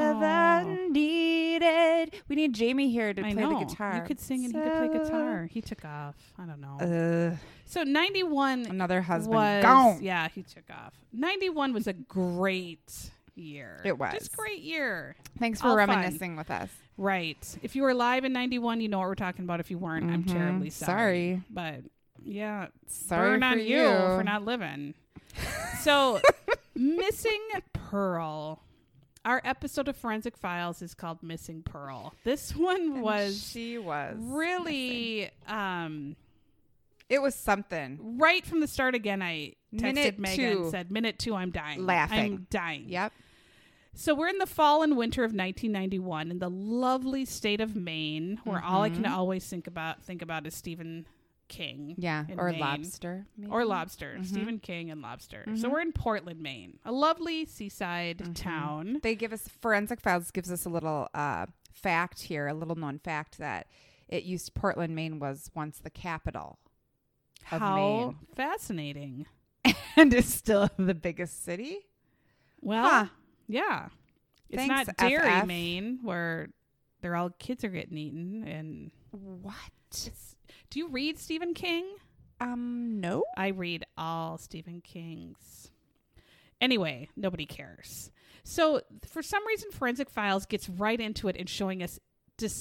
ever Oh. needed. We need Jamie here to I play know. the guitar. You could sing and he could play guitar. He took off. I don't know. Uh, so 91 another husband was gone. yeah, he took off. 91 was a great year. It was. Just great year. Thanks for All fun. reminiscing with us. Right. If you were alive in 91, you know what we're talking about. If you weren't, I'm Mhm. terribly sorry. Sorry. But yeah, Sorry burn for on you. you. for not living. So, Missing Pearl. Our episode of Forensic Files is called Missing Pearl. This one was she was really um It was something. right from the start again I texted Minute Megan and two. said minute 2 I'm dying. Laughing. I'm dying. Yep. So we're in the fall and winter of 1991 in the lovely state of Maine, where all I Mm-hmm. can always think about think about is Stephen King. Yeah. in Or Maine. lobster. maybe? Or lobster. Mm-hmm. Stephen King and lobster. So we're in Portland, Maine, a lovely seaside Mm-hmm. town. They give us forensic files gives us a little uh, fact here, a little known fact that it used Portland, Maine was once the capital of How Maine fascinating. and is still the biggest city. Well, Huh. yeah. It's Thanks, not dairy FF. Maine where they're all kids are getting eaten and What? it's do you read Stephen King? Um no. I read all Stephen King's. Anyway, nobody cares. So, for some reason, Forensic Files gets right into it and showing us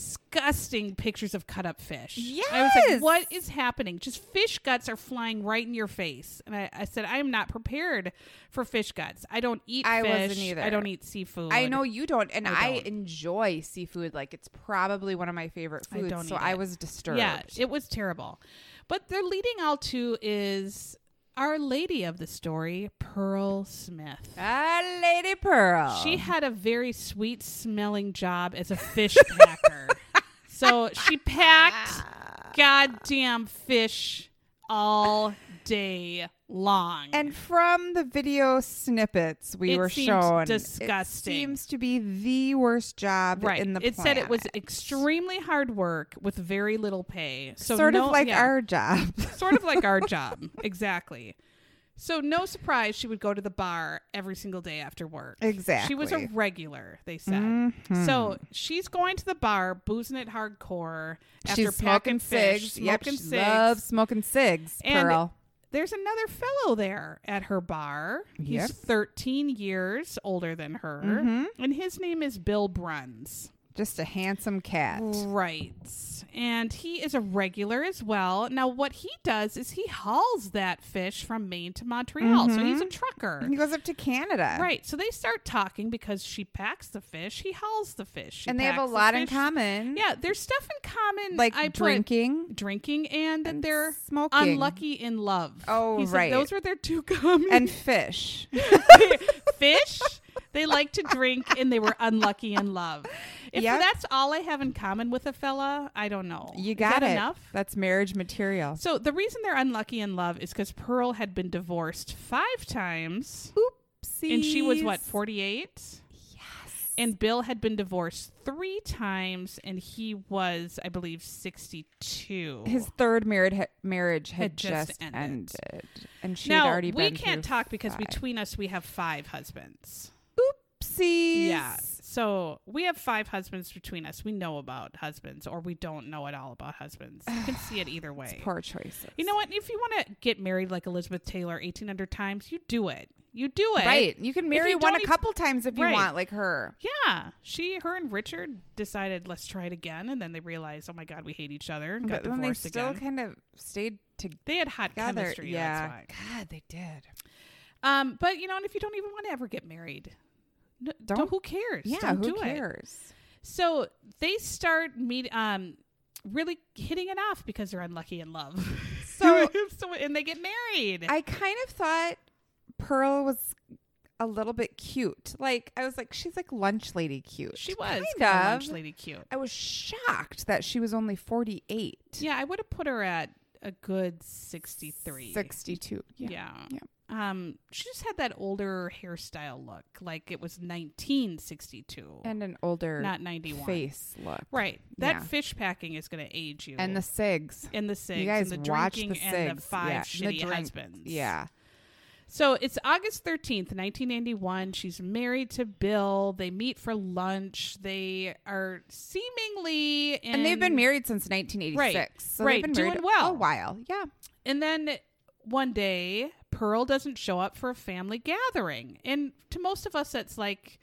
disgusting pictures of cut up fish. I was like, Yes! what is happening? Just fish guts are flying right in your face. And I, I said, I am not prepared for fish guts. I don't eat I fish. wasn't either. I don't eat seafood. I know you don't and I I, don't. enjoy seafood like it's probably one of my favorite I foods don't so eat I it. was disturbed. Yeah, it was terrible. But they're leading out to is Our Lady of the Story, Pearl Smith. Ah, Lady Pearl. She had a very sweet smelling job as a fish packer. so she packed goddamn fish all day long. And from the video snippets we It were seems shown, disgusting. It seems to be the worst job right. in the it said it was planet. extremely hard work with very little pay. So sort no- of like yeah. our job. sort of like our job. Exactly. So no surprise she would go to the bar every single day after work. She was a Exactly. Mm-hmm. regular, they said. So she's going to the bar, boozing it hardcore after She's packing smoking fish, cigs. Yep, smoking she cigs. loves smoking cigs. And- Pearl. There's another fellow there at her bar. Yes. Mm-hmm. He's 13 years older than her, and his name is Bill Bruns. Just a handsome cat. Right. And he is a regular as well. Now, what he does is he hauls that fish from Maine to Montreal. So Mm-hmm. he's a trucker. He goes up to Canada. Right. So they start talking because she packs the fish, he hauls the fish. she And they have a packs the lot in fish. common. Yeah, there's stuff in common. Like I put drinking. drinking and, that And they're smoking. unlucky in love. Oh, He said right. Those were their two common And fish. fish. They like to drink and they were unlucky in love. If Yep. that's all I have in common with a fella, I don't know. You Is got that it. enough. That's marriage material. so the reason they're unlucky in love is because Pearl had been divorced five times, Oopsie. and she was what forty eight. And Bill had been divorced three times, and he was, I believe, sixty-two. his third married ha- marriage had, Had just just, ended. ended. and she now had already we been. can't through talk because five. between us we have five husbands. Oopsies. Yeah. So we have five husbands between us. We know about husbands, or we don't know at all about husbands. You can see it either way. Poor choices. You know what? If you want to get married like Elizabeth Taylor 1,800 times, you do it. You do it. right? You can marry you one don't a even- couple times if you Right. want, like her. Yeah. She, her, and Richard decided, let's try it again. And then they realized, oh my God, we hate each other and got But then they divorced still again. kind of stayed together. they had hot chemistry. yeah. That's why. God, they did. Um, but, you know, and if you don't even want to ever get married, no, don't, Don't- who cares? Yeah. Don't who do it. cares? So they start meet um really hitting it off because they're unlucky in love. So- so and they get married. I kind of thought Pearl was a little bit cute. Like I was like, she's like lunch lady cute. she was kind of. lunch lady cute. I was shocked that she was only forty eight. Yeah, I would have put her at a good sixty three. 62. Yeah. Yeah. Um, she just had that older hairstyle look, like it was 1962, and an older not 91. face look. Right. That Yeah. fish packing is going to age you. And the SIGs. and the six, you guys and the watch drinking, the SIGs. and the five yeah. shitty drink- husbands. Yeah. So it's August 13th, 1991. She's married to Bill. They meet for lunch. They are seemingly. In, And they've been married since 1986. So Right. they've been Doing married well. a while. Yeah. And then one day, Pearl doesn't show up for a family gathering. And to most of us, that's like.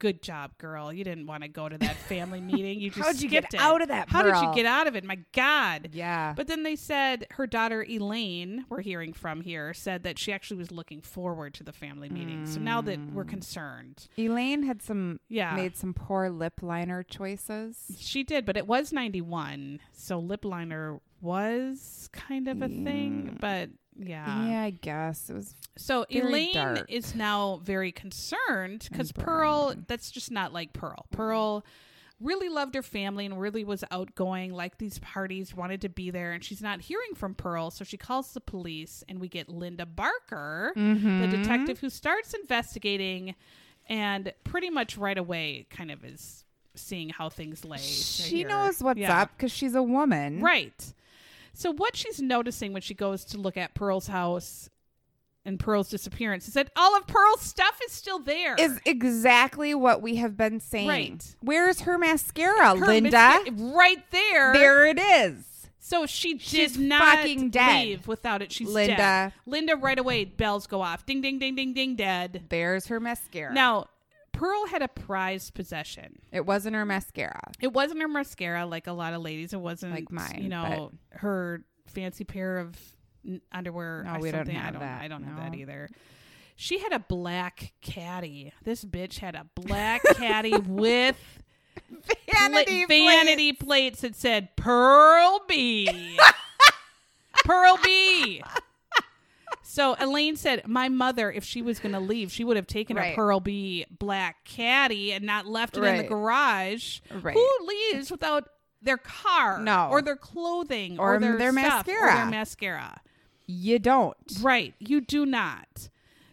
Good job, girl. You didn't want to go to that family meeting. You just How'd you get skipped it. out of that, How did you Pearl? get out of it? My God. Yeah. But then they said her daughter Elaine, we're hearing from here, said that she actually was looking forward to the family meeting. So now that we're concerned, Elaine had some Yeah. Mm. made some poor lip liner choices. she did, but it was 91. So lip liner was kind of a thing, but yeah. Mm. yeah, I guess it was. So very Elaine dark. is now very concerned because Pearl, that's just not like Pearl. Pearl really loved her family and really was outgoing, liked these parties, wanted to be there, and she's not hearing from Pearl. So she calls the police, and we get Linda Barker, Mm-hmm. the detective who starts investigating and pretty much right away kind of is seeing how things lay. to She here. knows what's Yeah. up because she's a woman. Right. So what she's noticing when she goes to look at Pearl's house and Pearl's disappearance is that all of Pearl's stuff is still there. Is exactly what we have been saying. Right. Where's her mascara, Her Linda? misca- right there. there it is. So she She's did not fucking dead. leave without it. She's Linda. dead. Linda, right away, bells go off. Ding, ding, ding, ding, ding, dead. There's her mascara. Now, Pearl had a prized possession. it wasn't her mascara. It wasn't her mascara like a lot of ladies. It wasn't Like mine, You know, her fancy pair of n- underwear. No, or we don't something. I have don't, that. I don't have No. that either. She had a black caddy. This bitch had a black caddy with pla- vanity plates that said Pearl B. Pearl B. So Elaine said, My mother, if she was going to leave, she would have taken Right. a Pearl B black caddy and not left it in the Right. garage. Right. Who leaves without their car No. or their clothing Or or, their, their stuff or mascara. their mascara? You don't. Right. You do not.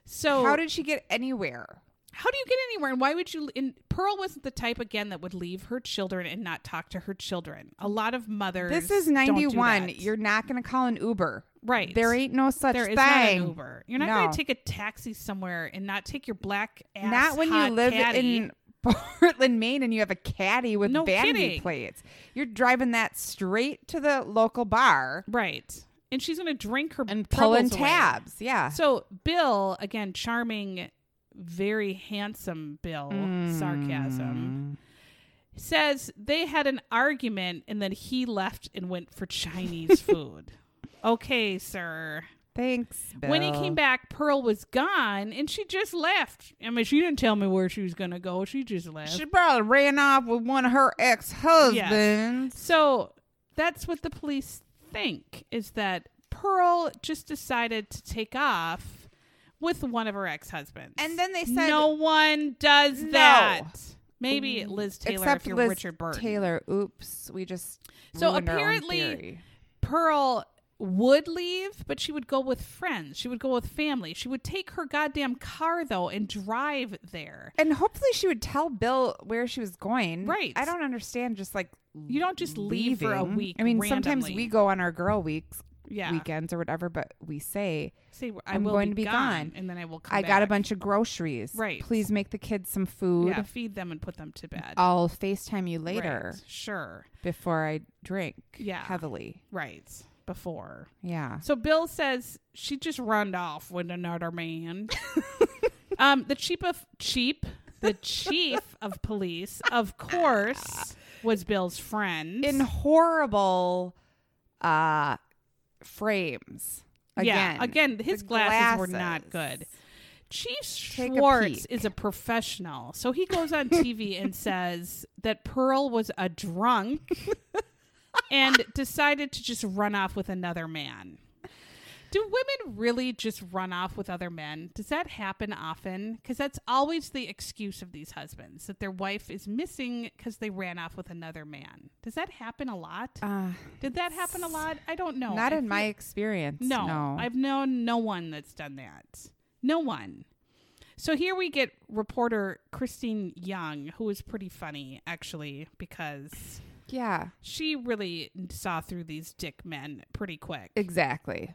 So How did she get anywhere? how do you get anywhere and why would you and pearl wasn't the type again that would leave her children and not talk to her children a lot of mothers This is don't do 91. that. You're not going to call an Uber. Right. There ain't no such There thing. is not an uber you're not No. going to take a taxi somewhere and not take your black ass Not when you hot live caddy. in Portland, Maine, and you have a caddy with No vanity kidding. plates. You're driving that straight to the local bar right and she's going to drink her and troubles pulling away. tabs. Yeah. so bill again charming very handsome bill sarcasm Mm. says they had an argument and then he left and went for chinese food okay sir Thanks. Bill. When he came back, Pearl was gone and she just left. I mean, she didn't tell me where she was going to go. She just left. she probably ran off with one of her ex husbands. so that's what the police think is that Pearl just decided to take off with one of her ex husbands. And then they said- no one does No. Mm. that. Maybe Liz Taylor Except if you're Liz Richard Burton. Taylor. Oops, we just So ruined our own apparently- theory. Pearl would leave, but she would go with friends. She would go with family. She would take her goddamn car though and drive there. and hopefully she would tell Bill where she was going. Right. I don't understand. Just like You don't just leave for a leaving. week. I mean, sometimes randomly. we go on our girl weeks, yeah. weekends or whatever, but we say, Say I I'm will be going to be gone, gone. and then I will come. I got a back." bunch of groceries. Right. Please make the kids some food. Yeah, feed them and put them to bed I'll FaceTime you later Right. Sure, before I drink Yeah. heavily. right before. Yeah. So Bill says she just runned off with another man. um, the chief of cheap, the chief of police, of course, was Bill's friend. In horrible uh frames. Again. Yeah, again, his The glasses, were not glasses. good. Chief Take a Schwartz peek. is a professional, so he goes on TV and says that Pearl was a drunk and decided to just run off with another man. Do women really just run off with other men? Does that happen often? Because that's always the excuse of these husbands that their wife is missing because they ran off with another man. Does that happen a lot? Uh, Did that happen a lot? I don't know. not I in feel- my experience. No, No. I've known no one that's done that. No one. So here we get reporter Christine Young, who is pretty funny actually, because yeah. she really saw through these dick men pretty quick. Exactly.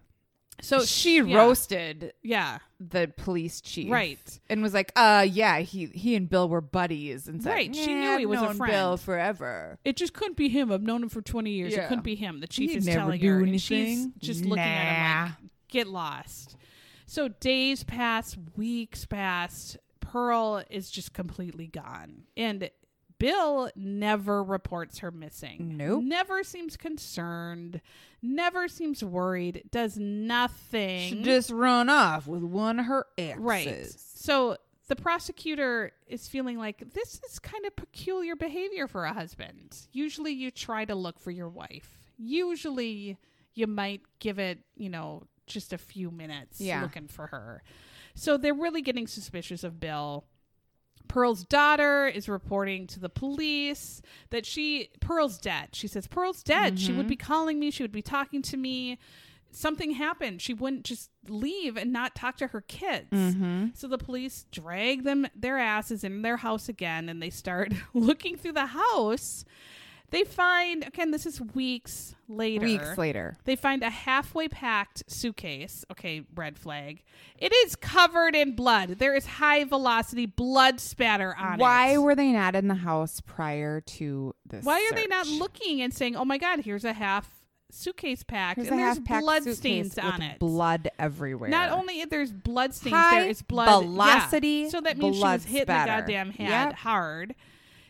So she yeah, roasted Yeah, the police chief. Right. And was like, "Uh, yeah, he he and Bill were buddies." And said, Right, she "Nah, knew he I've was a known Bill friend." forever. It just couldn't be him. I've known him for 20 years. It Yeah. couldn't be him. The chief He'd is never telling do her. And she's anything. just looking at him Nah. like, get lost. So days pass, weeks pass. Pearl is just completely gone. And Bill never reports her missing. Nope. Never seems concerned. Never seems worried. Does nothing. She just run off with one of her exes. Right. So the prosecutor is feeling like this is kind of peculiar behavior for a husband. Usually you try to look for your wife. Usually you might give it, you know, just a few minutes Yeah. looking for her. So they're really getting suspicious of Bill. Pearl's daughter is reporting to the police that she Pearl's dead. She says Pearl's dead. She would be calling me, she would be talking to me. Something happened. She wouldn't just leave and not talk to her kids. So the police drag them their asses in their house again and they start looking through the house. They find again this is weeks later. Weeks later. They find a halfway packed suitcase. Okay, red flag. It is covered in blood. There is high velocity blood spatter on it. Why were they not in the house prior to this? Why are they not search? looking and saying, "Oh my God, here's a half suitcase packed, Here's and a there's half-packed blood suitcase stains with on it"? Blood everywhere. Not only if there's blood stains, High there is blood yeah. velocity So that means she blood was hitting spatter. the goddamn head Yep. hard.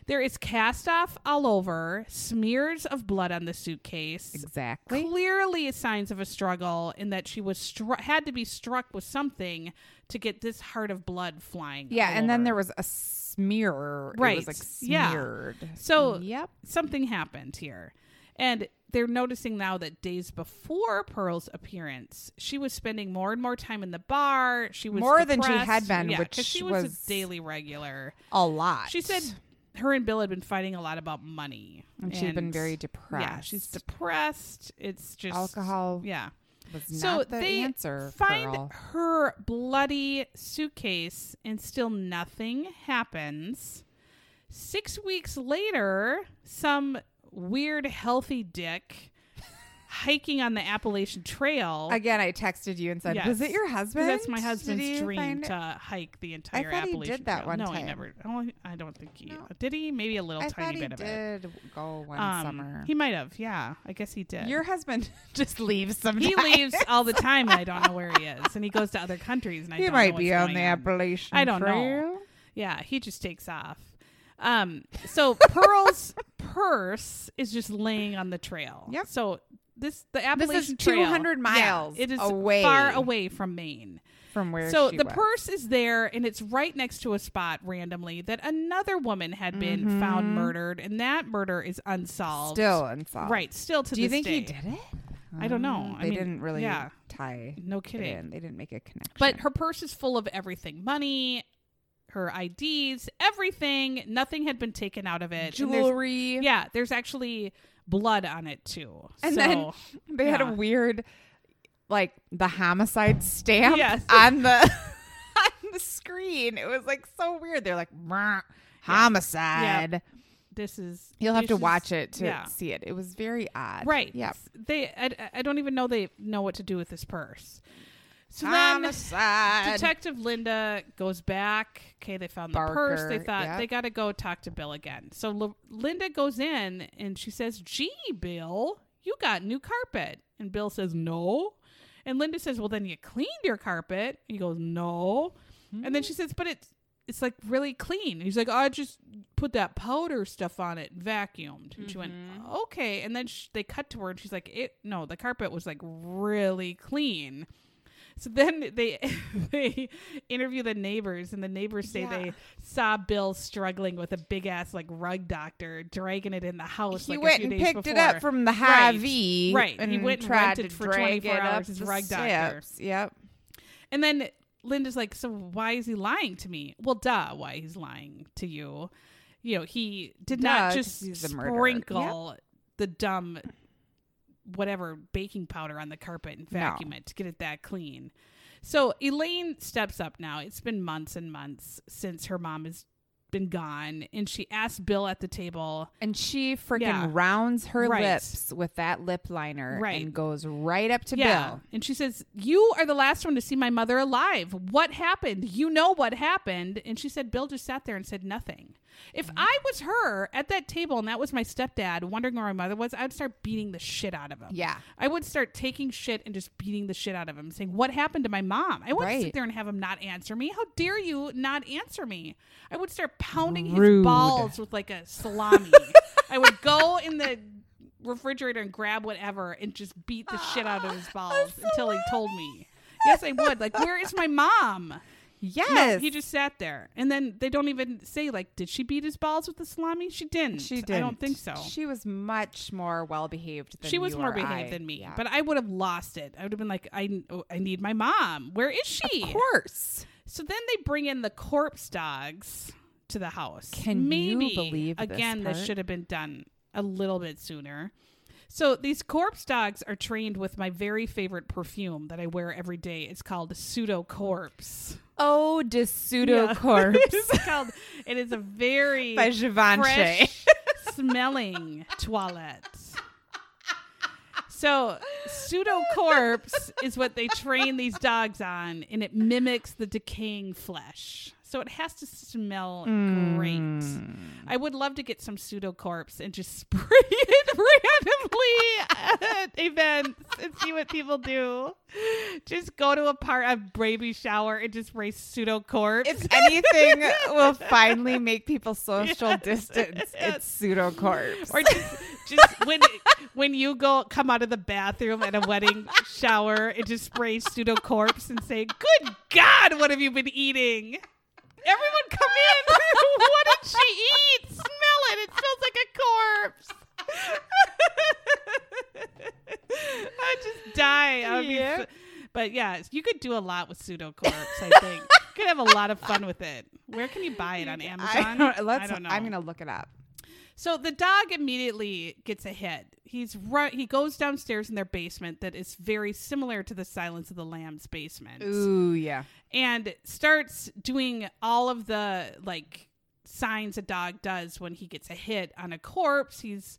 There is cast off all over, smears of blood on the suitcase. exactly. Clearly, signs of a struggle in that she was stru- had to be struck with something to get this heart of blood flying. Yeah, all and then over. there was a smear. It Right. was like Yeah. smeared. So- yep. something happened here. And they're noticing now that days before Pearl's appearance, she was spending more and more time in the bar. She was More than she depressed. had been, yeah, which 'cause she was, was- a daily regular. A lot. She said her and Bill had been fighting a lot about money, and she'd been very depressed. Yeah, she's depressed. It's just Alcohol Yeah, was so not the they answer. find Pearl. her bloody suitcase, and still nothing happens. Six weeks later, some weird healthy dick hiking on the Appalachian Trail. Again, I texted you and said, "Was Yes. it your 'Cause husband?" That's my Did husband's he dream find it? to hike the entire thought he Appalachian did that Trail. one no, I time. never. Oh, I don't think he No. did. He maybe a little I thought tiny he bit of it. did go one Um, summer. He might have. Yeah, I guess he did. your husband just leaves sometimes. he leaves all the time, and I don't know where he is, and he goes to other countries, and I He don't know might what's be on going the Appalachian. I don't know. Trail. Yeah, he just takes off. Um, so Pearl's purse is just laying on the trail. Yep. So this the This is Appalachian Trail, 200 yeah, miles it is away. far away from Maine. from where. so she the was. purse is there, and it's right next to a spot randomly that another woman had been found murdered, and that murder is unsolved. Mm-hmm. still unsolved. right, still to Do you this think he day. did it? I don't know. Mm, I They mean, didn't really yeah. tie. No It kidding. in. They didn't make a connection. But her purse is full of everything money, her IDs, everything. Nothing had been taken out of it. And there's- jewelry. yeah, there's actually blood on it too. And So- then they had yeah. a weird, like the homicide stamp Yes. on the on the screen. It was like so weird. They're like "Brr, homicide. this is. You'll have this to is- watch it to yeah. see it. It was very odd. Right. Yeah. They. I, I don't even know they know what to do with this purse. So then Homicide. Detective Linda goes back. Okay, they found the Barker, purse. They thought yep. they got to go talk to Bill again. So L- Linda goes in and she says, Gee, Bill, you got new carpet. And Bill says, No. And Linda says, Well, then you cleaned your carpet. He goes, No. And then she says, But it's it's like really clean. He's like, I just put that powder stuff on it and vacuumed. And she went, Mm-hmm. okay. And then sh they cut to her and she's like, it, no, the carpet was like really clean. So then they they interview the neighbors, and the neighbors say Yeah. they saw Bill struggling with a big ass like rug doctor, dragging it in the house. He like, a went few and days picked it before. up from the high Right. V. Right. He went and tried rented to for drag 24 it hours up as the rug doctor. steps. Yep. And then Linda's like, "So why is he lying to me?" Well, duh, why he's lying to you. You know, he did not Duh, 'cause just he's a murderer. sprinkle the dumb whatever baking powder on the carpet and No. vacuum it to get it that clean. So Elaine steps up now. It's been months and months since her mom has been gone, and she asks Bill at the table, And she freaking Yeah. rounds her Right. lips with that lip liner Right. and goes right up to Bill. And she says, You are the last one to see my mother alive. What happened? You know what happened. And she said, Bill just sat there and said nothing. If Mm-hmm. I was her at that table and that was my stepdad wondering where my mother was, I'd start beating the shit out of him. Yeah. I would start taking shit and just beating the shit out of him, saying, What happened to my mom? I wouldn't Right. sit there and have him not answer me. How dare you not answer me? I would start pounding Rude. his balls with like a salami. I would go in the refrigerator and grab whatever and just beat the shit out of his balls until he told me. Yes, I would. Like, where is my mom? Yes. he just sat there. And then they don't even say, like, did she beat his balls with the salami? She didn't. she did. I don't think so She was much more well behaved than she was you more or behaved I. than me Yeah. but i would have lost it i would have been like i oh, i need my mom where is she of course. so then they bring in the corpse dogs to the house Can you maybe believe this again part? this should have been done a little bit sooner so these corpse dogs are trained with my very favorite perfume that i wear every day it's called pseudo corpse Oh, de pseudo corpse it's called it is a very by Givenchy. fresh smelling toilet. So, pseudo corpse is what they train these dogs on, and it mimics the decaying flesh. So, it has to smell great. I would love to get some pseudo corpse and just spray it randomly at events and see what people do. Just go to a part a baby shower and just spray pseudo corpse. If anything will finally make people social distance, it's pseudo corpse. or just, just when when you go come out of the bathroom at a wedding shower and just spray pseudo corpse and say, "Good God, what have you been eating?" Everyone, come in. what did she eat? Smell it. It smells like a corpse. I just die. I would be Yeah. so- but yeah, you could do a lot with pseudo corpse. I think you could have a lot of fun with it. Where can you buy it on Amazon? I don't, let's, I don't know. I'm gonna look it up. So the dog immediately gets a hit. He's run, he goes downstairs in their basement that is very similar to the Silence of the Lambs basement Ooh, yeah. and starts doing all of the like signs a dog does when he gets a hit on a corpse. He's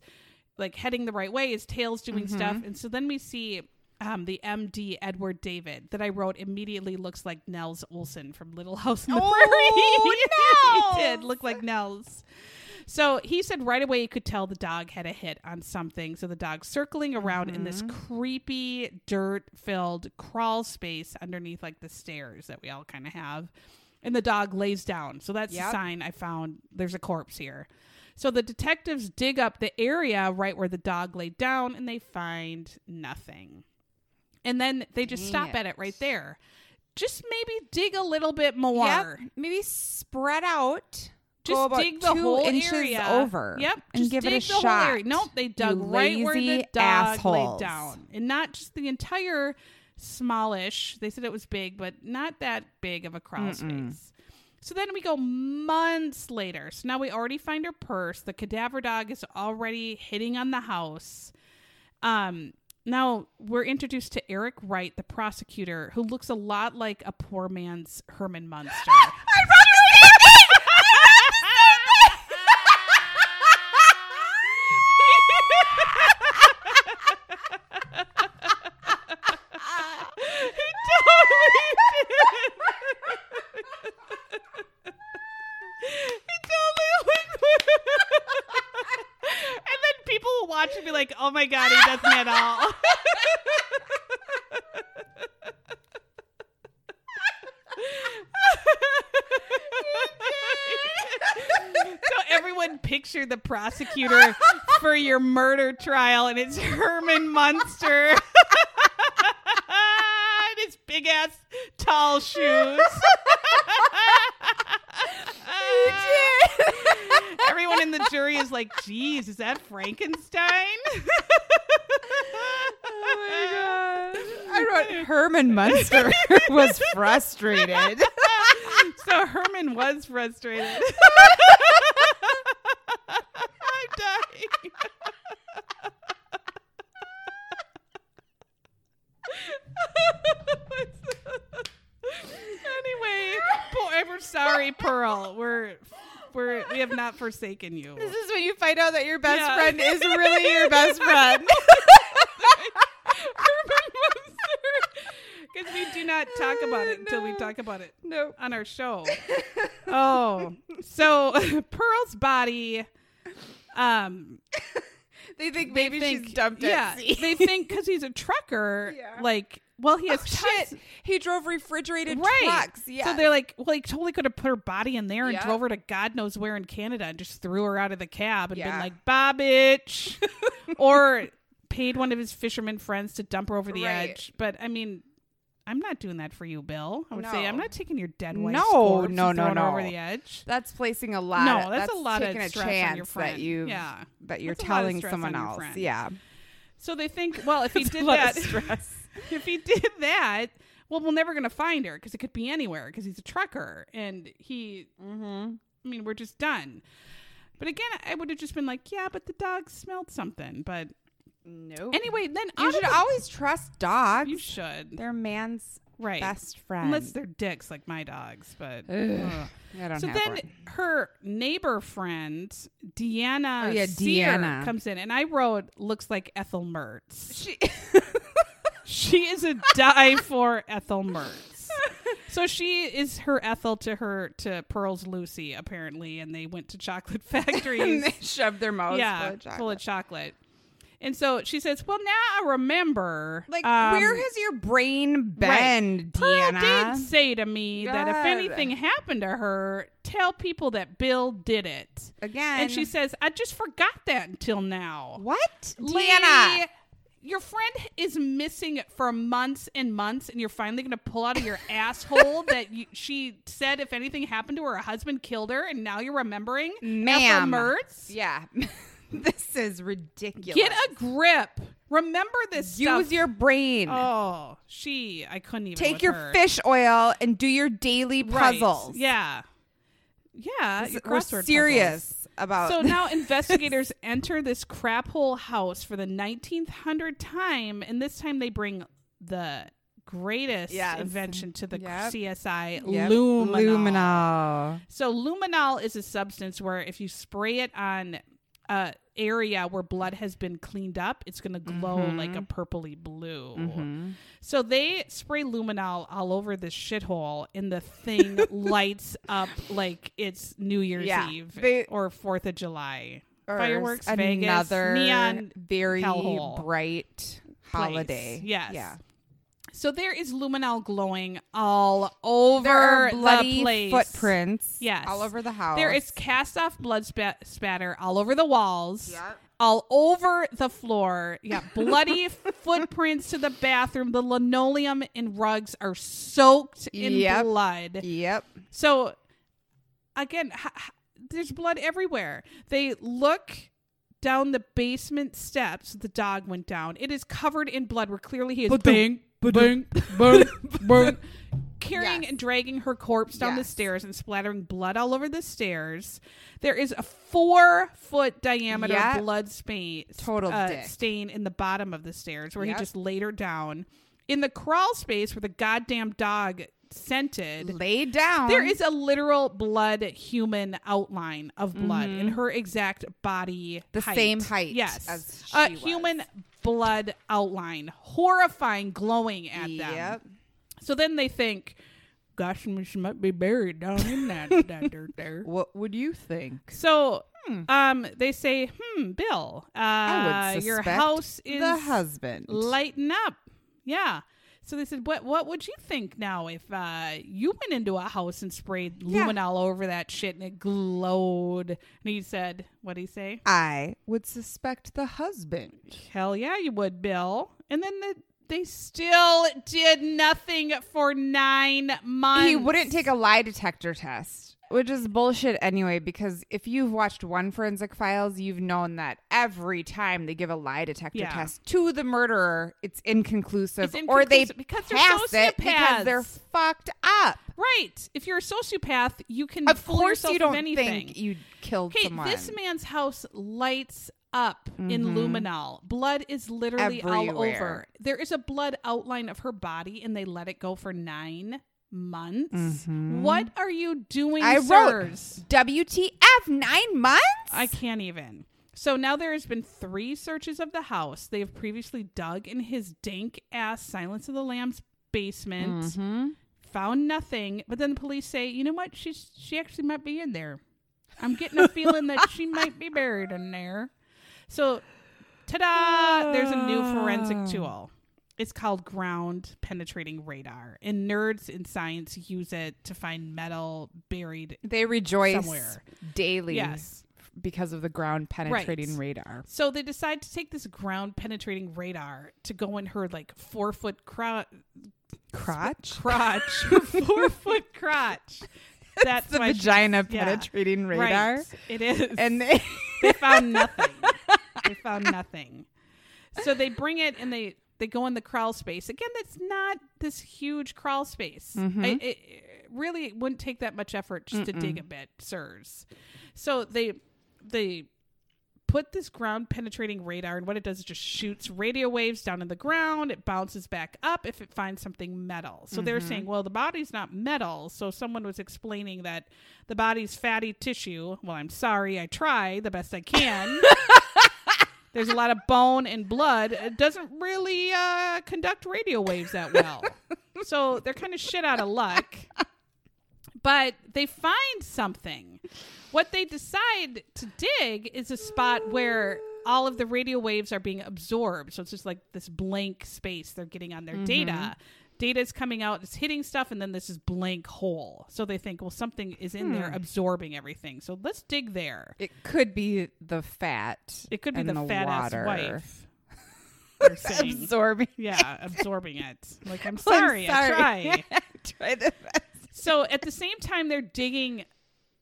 like heading the right way, his tail's doing Mm-hmm. stuff. And so then we see um, the MD Edward David that I wrote immediately looks like Nels Olson from Little House on the Oh, Prairie. he Nels! did look like Nels. So he said right away you could tell the dog had a hit on something. So the dog's circling around in this Mm-hmm. creepy, dirt filled crawl space underneath like the stairs that we all kind of have. And the dog lays down. So that's Yep. a sign I found there's a corpse here. So the detectives dig up the area right where the dog laid down and they find nothing. And then they just Dang stop it. at it right there. Just maybe dig a little bit more Yep. Maybe spread out. just go about dig the two whole inches area over. Yep, and just give dig it a the shot. Whole area. Nope, they You dug right where the lazy dog assholes. laid down, and not just the entire smallish. They said it was big, but not that big of a crawl space. So then we go months later. So now we already find her purse. The cadaver dog is already hitting on the house. Um, now we're introduced to Eric Wright, the prosecutor, who looks a lot like a poor man's Herman Munster. and then people will watch and be like, "Oh my god, he doesn't at all." so everyone picture the prosecutor for your murder trial, and it's Herman Munster. and his big ass tall shoes. Everyone in the jury is like, "Geez, is that Frankenstein?" Oh my god! I wrote Herman Munster was frustrated. so Herman was frustrated. I'm dying. anyway, boy, we're sorry, Pearl. We're we're we have not forsaken you. This is when you find out that your best Yeah. friend is really your best friend. Because we do not talk about it until we No. talk about it nope. on our show. oh, so Pearl's body. Um, They think they maybe think, she's dumped yeah, at sea. they think because he's a trucker, Yeah. Oh, like, well, he has tons- Shit, he drove refrigerated right. trucks. Yeah. So they're like, well, he totally could have put her body in there and Yeah. drove her to God knows where in Canada and just threw her out of the cab and been Yeah. like, bye, bitch. or paid one of his fisherman friends to dump her over the Right. edge. But I mean, I'm not doing that for you, Bill. I would say I'm No. not taking your dead wife's No, corpse no, and no, throwing her no. over the edge. that's placing a lot. No, of- that's a lot of taking a stress on your chance that friend. you Yeah. that you're That's a lot of telling stress someone on your else. friend. Yeah. So they think, well, if he It's a did lot of that, if he did that, well, we're never gonna find her because it could be anywhere because he's a trucker and he. I mean, we're just done. But again, I would have just been like, yeah, but the dog smelled something. But Nope. anyway, then you out should of always trust the- dogs. you should They're man's right best friend. unless they're dicks like my dogs, but. ugh. I don't So have then one. her neighbor friend Deanna, Oh, yeah, Sear Deanna. comes in, and I wrote looks like Ethel Mertz. She, She is a die for Ethel Mertz. So she is her Ethel to her to Pearl's Lucy apparently, and they went to chocolate and factories. they shoved their mouths yeah, full of chocolate. full of chocolate. And so she says, "Well, now I remember. like, um, where has your brain right. been, Pearl Deanna? did say to me that if God. anything happened to her, tell people that Bill did it." Again. And she says, "I just forgot that until now." What? Lee, Deanna. your friend is missing for months and months, and you're finally going to pull out of your asshole that you, she said if anything happened to her, her husband killed her, and now you're remembering? Ma'am. Ethel Mertz? Yeah. this is ridiculous. Get a grip. Remember this Use stuff. your brain. Oh, she. I couldn't even. Take with your her. fish oil and do your daily Right. puzzles. Yeah. Yeah. This- your We're crossword serious puzzles. about So now investigators enter this crap hole house for the 19th hundred time, and this time they bring the greatest Yes. invention to the Yep. CSI Yep. luminol. Luminol. So luminol is a substance where if you spray it on a area where blood has been cleaned up, it's going to glow Mm-hmm. like a purpley blue. So they spray luminol all over this shithole, and the thing lights up like it's New Year's Yeah. Eve They- or Fourth of July Or fireworks, Vegas, another neon very hellhole. bright holiday. Yes. Yeah. So there is luminol glowing all over the place. footprints. Yes. All over the house. There is cast off blood spa- spatter all over the walls, Yep. all over the floor. Yeah, bloody footprints to the bathroom. The linoleum and rugs are soaked in Yep. blood. Yep. So, again, h- h- there's blood everywhere. They look down the basement steps. The dog went down. It is covered in blood. Where clearly he is bang, bang, bang, bang, carrying Yes. and dragging her corpse down the Yes. stairs and splattering blood all over the stairs. There is a four foot diameter Yep. blood space Total dick. stain in the bottom of the stairs where Yep. he just laid her down in the crawl space where the goddamn dog scented. Lay down. There is a literal blood human outline of blood in her exact body. Mm-hmm. The same height Yes. as a she was. human blood outline. Horrifying, glowing at them. Yep. So then they think, gosh, she might be buried down in that, that dirt there. What would you think? So um, they say, hmm, Bill, uh, Hmm. I would your suspect house is the husband. lighten up. Yeah. So they said, "What what would you think now if uh, you went into a house and sprayed Yeah. luminol over that shit and it glowed?" And he said, "What would he say? I would suspect the husband. Hell yeah, you would, Bill." And then the They still did nothing for nine months. He wouldn't take a lie detector test, which is bullshit anyway, because if you've watched one Forensic Files, you've known that every time they give a lie detector Yeah. test to the murderer, it's inconclusive, It's or they inconclusive because they're pass it because they're sociopaths. fucked up. Right. If you're a sociopath, you can Of fool course, yourself you don't of anything. think you killed Okay, someone. Mm-hmm. this man's house lights up in luminol. Blood is literally all over. Everywhere. There is a blood outline of her body, and they let it go for nine months. What are you doing, Mm-hmm. I wrote sirs? WTF nine months? I can't even. So now there has been three searches of the house. They have previously dug in his dank ass Silence of the Lambs basement, found nothing. But then the police say, you know what? She's she actually might be in there. I'm getting a feeling that she might be buried in there. So, ta-da! There's a new forensic tool. It's called ground penetrating radar, and nerds in science use it to find metal buried they rejoice Somewhere. daily Yes. because of the ground penetrating radar. So they decide to take this ground penetrating radar to go in her like four foot cro- Crotch? crotch, her four foot crotch. That's the why she- vagina yeah. penetrating Right. radar. It is. And they they found nothing. they found nothing. So they bring it and they they go in the crawl space again. That's not this huge crawl space. Mm-hmm. I, it, it really wouldn't take that much effort just to dig a bit, sirs. So they they put this ground penetrating radar and what it does is just shoots radio waves down in the ground it bounces back up if it finds something metal so they're saying well the body's not metal so someone was explaining that the body's fatty tissue well i'm sorry i try the best i can there's a lot of bone and blood it doesn't really uh, conduct radio waves that well so they're kind of shit out of luck but they find something. What they decide to dig is a spot where all of the radio waves are being absorbed. So it's just like this blank space they're getting on their data. Data is coming out, it's hitting stuff, and then this is blank hole. So they think, well, something is in there absorbing everything. So let's dig there. It could be the fat. It could be and the, fat water. ass wife. they're saying. Absorbing. yeah, absorbing it. Like, I'm sorry, I'm sorry. I try. Try the best. So at the same time they're digging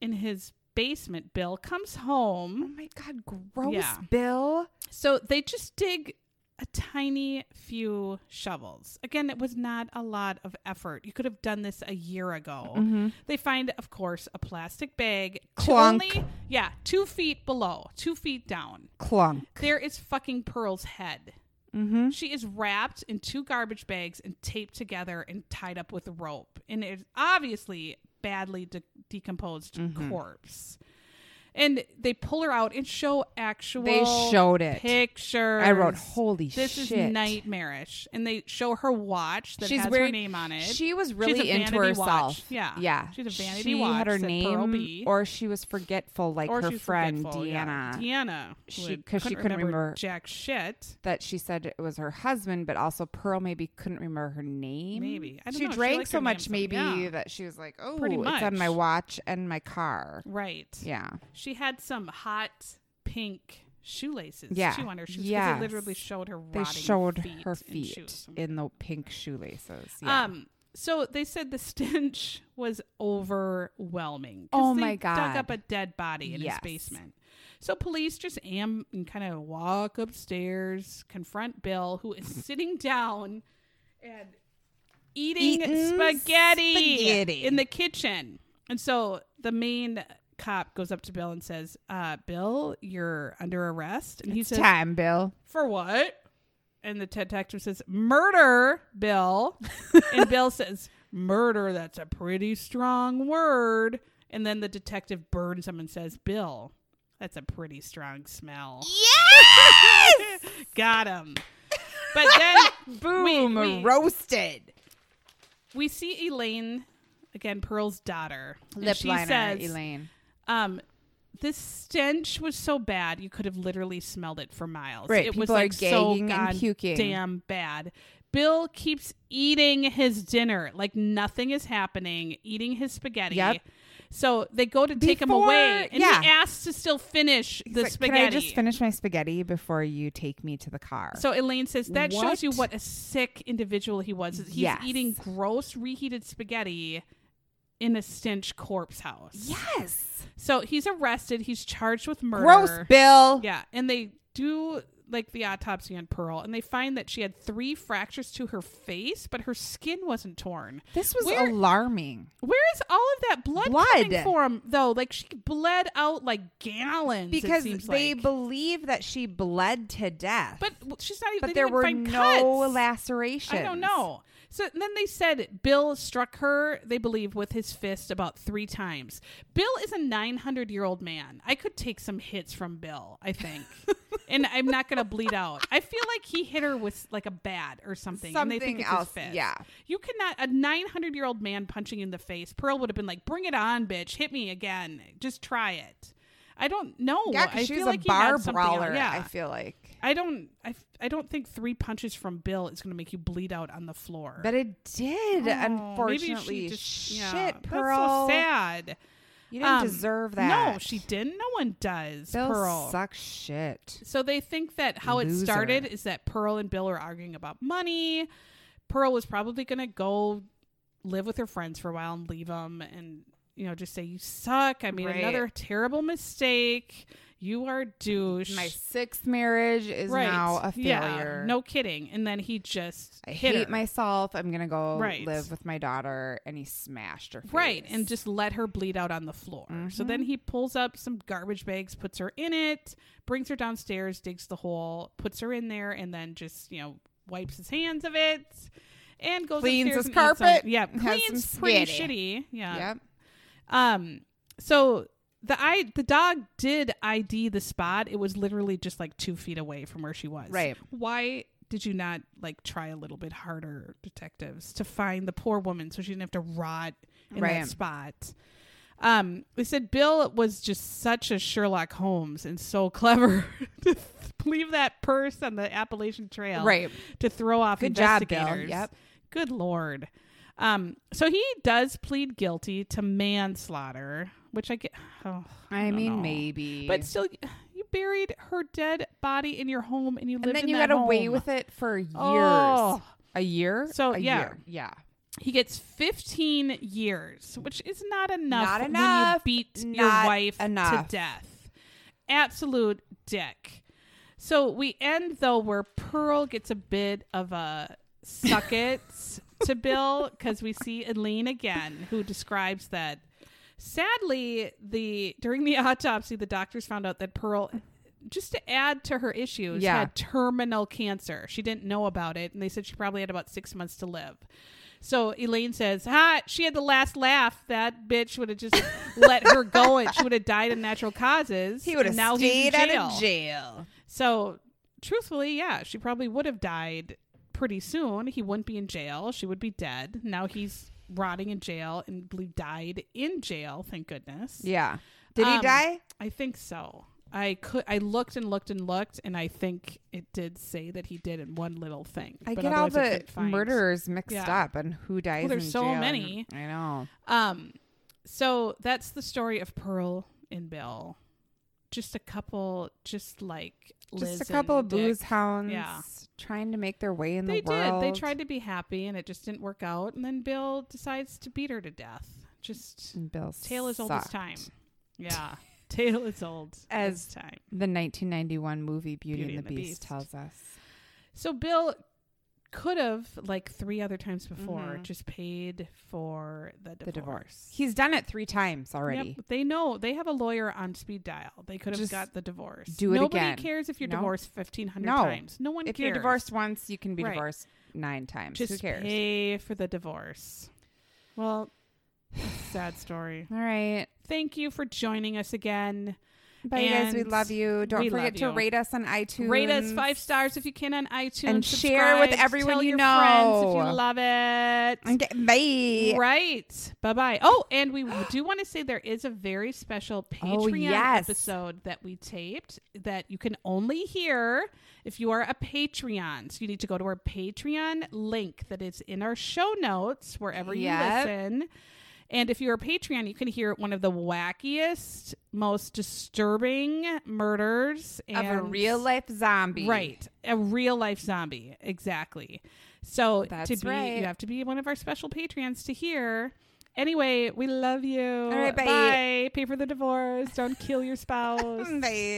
in his basement, Bill comes Oh home. my god, gross Yeah. Bill. So they just dig a tiny few shovels. Again, it was not a lot of effort. You could have done this a year ago. They find, of course, a plastic bag. two- Mm-hmm. Clunk. Only, yeah, two feet below, two feet down. Clunk. There is fucking Pearl's head. Mm-hmm. She is wrapped in two garbage bags and taped together and tied up with rope. And it's obviously badly de- decomposed Mm-hmm. corpse. And they pull her out and show actual They showed it. pictures. I wrote, "Holy this shit." is nightmarish. And they show her watch that has her name on it. She was She has really a into vanity herself. watch. Yeah. yeah. She's a vanity she watch had her that Pearl name, B. or she was forgetful, like or her she's friend forgetful, Deanna. yeah. Deanna. She- would- 'cause she couldn't remember- jack shit. That she said it was her husband, but also Pearl maybe couldn't remember her name. Maybe. I don't she know. She drank liked her so name much, some- maybe yeah. that she was like, "Oh, Pretty it's on my much. watch and my car." Right. Yeah, She had some hot pink shoelaces Yeah. too on her shoes. 'cause Yes. They literally showed her. they rotting showed feet her and feet shoes. in the pink shoelaces. Yeah. Um. So they said the stench was overwhelming. 'cause Oh they my Dug God. up a dead body in Yes. his basement. So police just am and kind of walk upstairs, confront Bill, who is sitting down and eating Eating spaghetti, spaghetti. in the kitchen. And so the main cop goes up to Bill and says, uh, "Bill, you're under arrest." And he says, Time, Bill. for what? And the detective says, murder, Bill. and Bill says, murder, that's a pretty strong word. And then the detective burns him and says, Bill, that's a pretty strong smell. Yes! Got him. But then Boom, we- roasted. we see Elaine, again, Pearl's daughter. and Lip she liner, says, Elaine. Um, this stench was so bad you could have literally smelled it for miles. Right, It was people are like so gagging and god puking. damn bad. Bill keeps eating his dinner like nothing is happening, eating his spaghetti. Yep. So they go to take him away, Before- and yeah. he asks to still finish the It's like, spaghetti. Can I just finish my spaghetti before you take me to the car? So Elaine says that shows you What? what a sick individual he was. He's Yes. eating gross reheated spaghetti in a stench corpse house. yes. So he's arrested. He's charged with murder. Gross, Bill. Yeah, and they do like the autopsy on Pearl, and they find that she had three fractures to her face, but her skin wasn't torn. This was Where- alarming. Where is all of that blood, Blood. coming from, though? Like she bled out like gallons. it Because seems they like. believe that she bled to death. but w- she's not. e, but they there didn't were find no cuts. lacerations. I don't know. So and then they said Bill struck her, they believe, with his fist about three times. Bill is a 900 year old man. I could take some hits from Bill, I think. and I'm not going to bleed out. I feel like he hit her with like a bat or something. and they think Something it's else, his fist. yeah. You cannot, a 900 year old man punching you in the face, Pearl would have been like, bring it on, bitch. Hit me again. Just try it. I don't know. Yeah, I because she feel was like a he had bar something brawler. else. Yeah. I feel like, I don't I, f- I don't think three punches from Bill is going to make you bleed out on the floor. but it did. Oh, unfortunately, maybe shit, yeah, Pearl. That's so sad. You didn't Um, deserve that. No, she didn't. No one does. Bill Pearl. sucks shit. So they think that how it started Loser. is that Pearl and Bill are arguing about money. Pearl was probably going to go live with her friends for a while and leave them and you know just say you suck. I made Right. another terrible mistake. You are a douche. My sixth marriage is right now a Yeah, failure. no kidding. And then he just I hit hate her. myself. I'm gonna go Right. live with my daughter, and he smashed her. Face. Right, and just let her bleed out on the floor. So then Mm-hmm. he pulls up some garbage bags, puts her in it, brings her downstairs, digs the hole, puts her in there, and then just you know wipes his hands of it, and goes upstairs Cleans his and eats some- carpet, Yeah, has some cleans pretty spaghetti. shitty. Yeah. yep. Um. So the i the dog did ID the spot. It was literally just like two feet away from where she was. Right. Why? Did you not like try a little bit harder, detectives, to find the poor woman so she didn't have to rot in Right. that spot? Um, they said Bill was just such a Sherlock Holmes and so clever to th- leave that purse on the Appalachian Trail, Right. To throw off Good job, Bill. investigators. Yep. Good lord. Um, so he does plead guilty to manslaughter, which I get. Oh, I, don't mean, know. maybe. But still, you buried her dead body in your home, and you lived and then in you that got away home. with it for years. Oh. A year. So, a yeah. year. yeah. He gets 15 years, which is not enough. Not when enough. you beat your Not wife enough. to death. Absolute dick. So we end though where Pearl gets a bit of a suck it to Bill because we see Elaine again, who describes that. Sadly, the during the autopsy, the doctors found out that Pearl, just to add to her issues, Yeah. had terminal cancer. She didn't know about it, and they said she probably had about six months to live. So Elaine says, "Ha! She had the last laugh. That bitch would have just let her go, and she would have died of natural causes. He would have And now he's in stayed out jail. of jail. So, truthfully, yeah, she probably would have died pretty soon. He wouldn't be in jail. She would be dead. Now he's rotting in jail and ble- died in jail. Thank goodness. Yeah. Did he Um, die? I think so. I could. I looked and looked and looked, and I think it did say that he did in one little thing. I but get all otherwise I the couldn't find- murderers mixed Yeah. up and who dies. there's in so jail and- many. I know. Um, so that's the story of Pearl and Bill. Just a couple, just like Liz just a couple and of booze Dick. hounds Yeah. trying to make their way in They the world. did. They tried to be happy, and it just didn't work out. And then Bill decides to beat her to death. Just And Bill tale as old as sucked. time. Yeah, tale as old As- as, time. The 1991 movie Beauty, and the, Beast, tells us. So Bill could have, like three other times before, just paid for the divorce. Mm-hmm. The divorce. He's done it three times already. Yep, they know they have a lawyer on speed dial. They could have Just got the divorce. do it Nobody again. cares if you're No. divorced fifteen hundred No. times. No one If cares. you're divorced once, you can be Right. divorced nine times. just Who cares? pay for the divorce. Well, sad story. All right. Thank you for joining us again. Bye, you guys. We And love you. Don't we forget love to you. rate us on iTunes. Rate us five stars if you can on iTunes And share with subscribe, everyone tell you your know. Friends if you love it. Okay, bye. Right. Bye bye. Oh, and we do want to say there is a very special Patreon Oh, yes. episode that we taped that you can only hear if you are a Patreon. So you need to go to our Patreon link that is in our show notes wherever Yep. you listen. And if you're a Patreon, you can hear one of the wackiest, most disturbing murders Of and a real life zombie. Right. A real life zombie. Exactly. So That's to be right. you have to be one of our special Patreons to hear. Anyway, we love you. All right, bye. bye. Pay for the divorce. Don't kill your spouse. They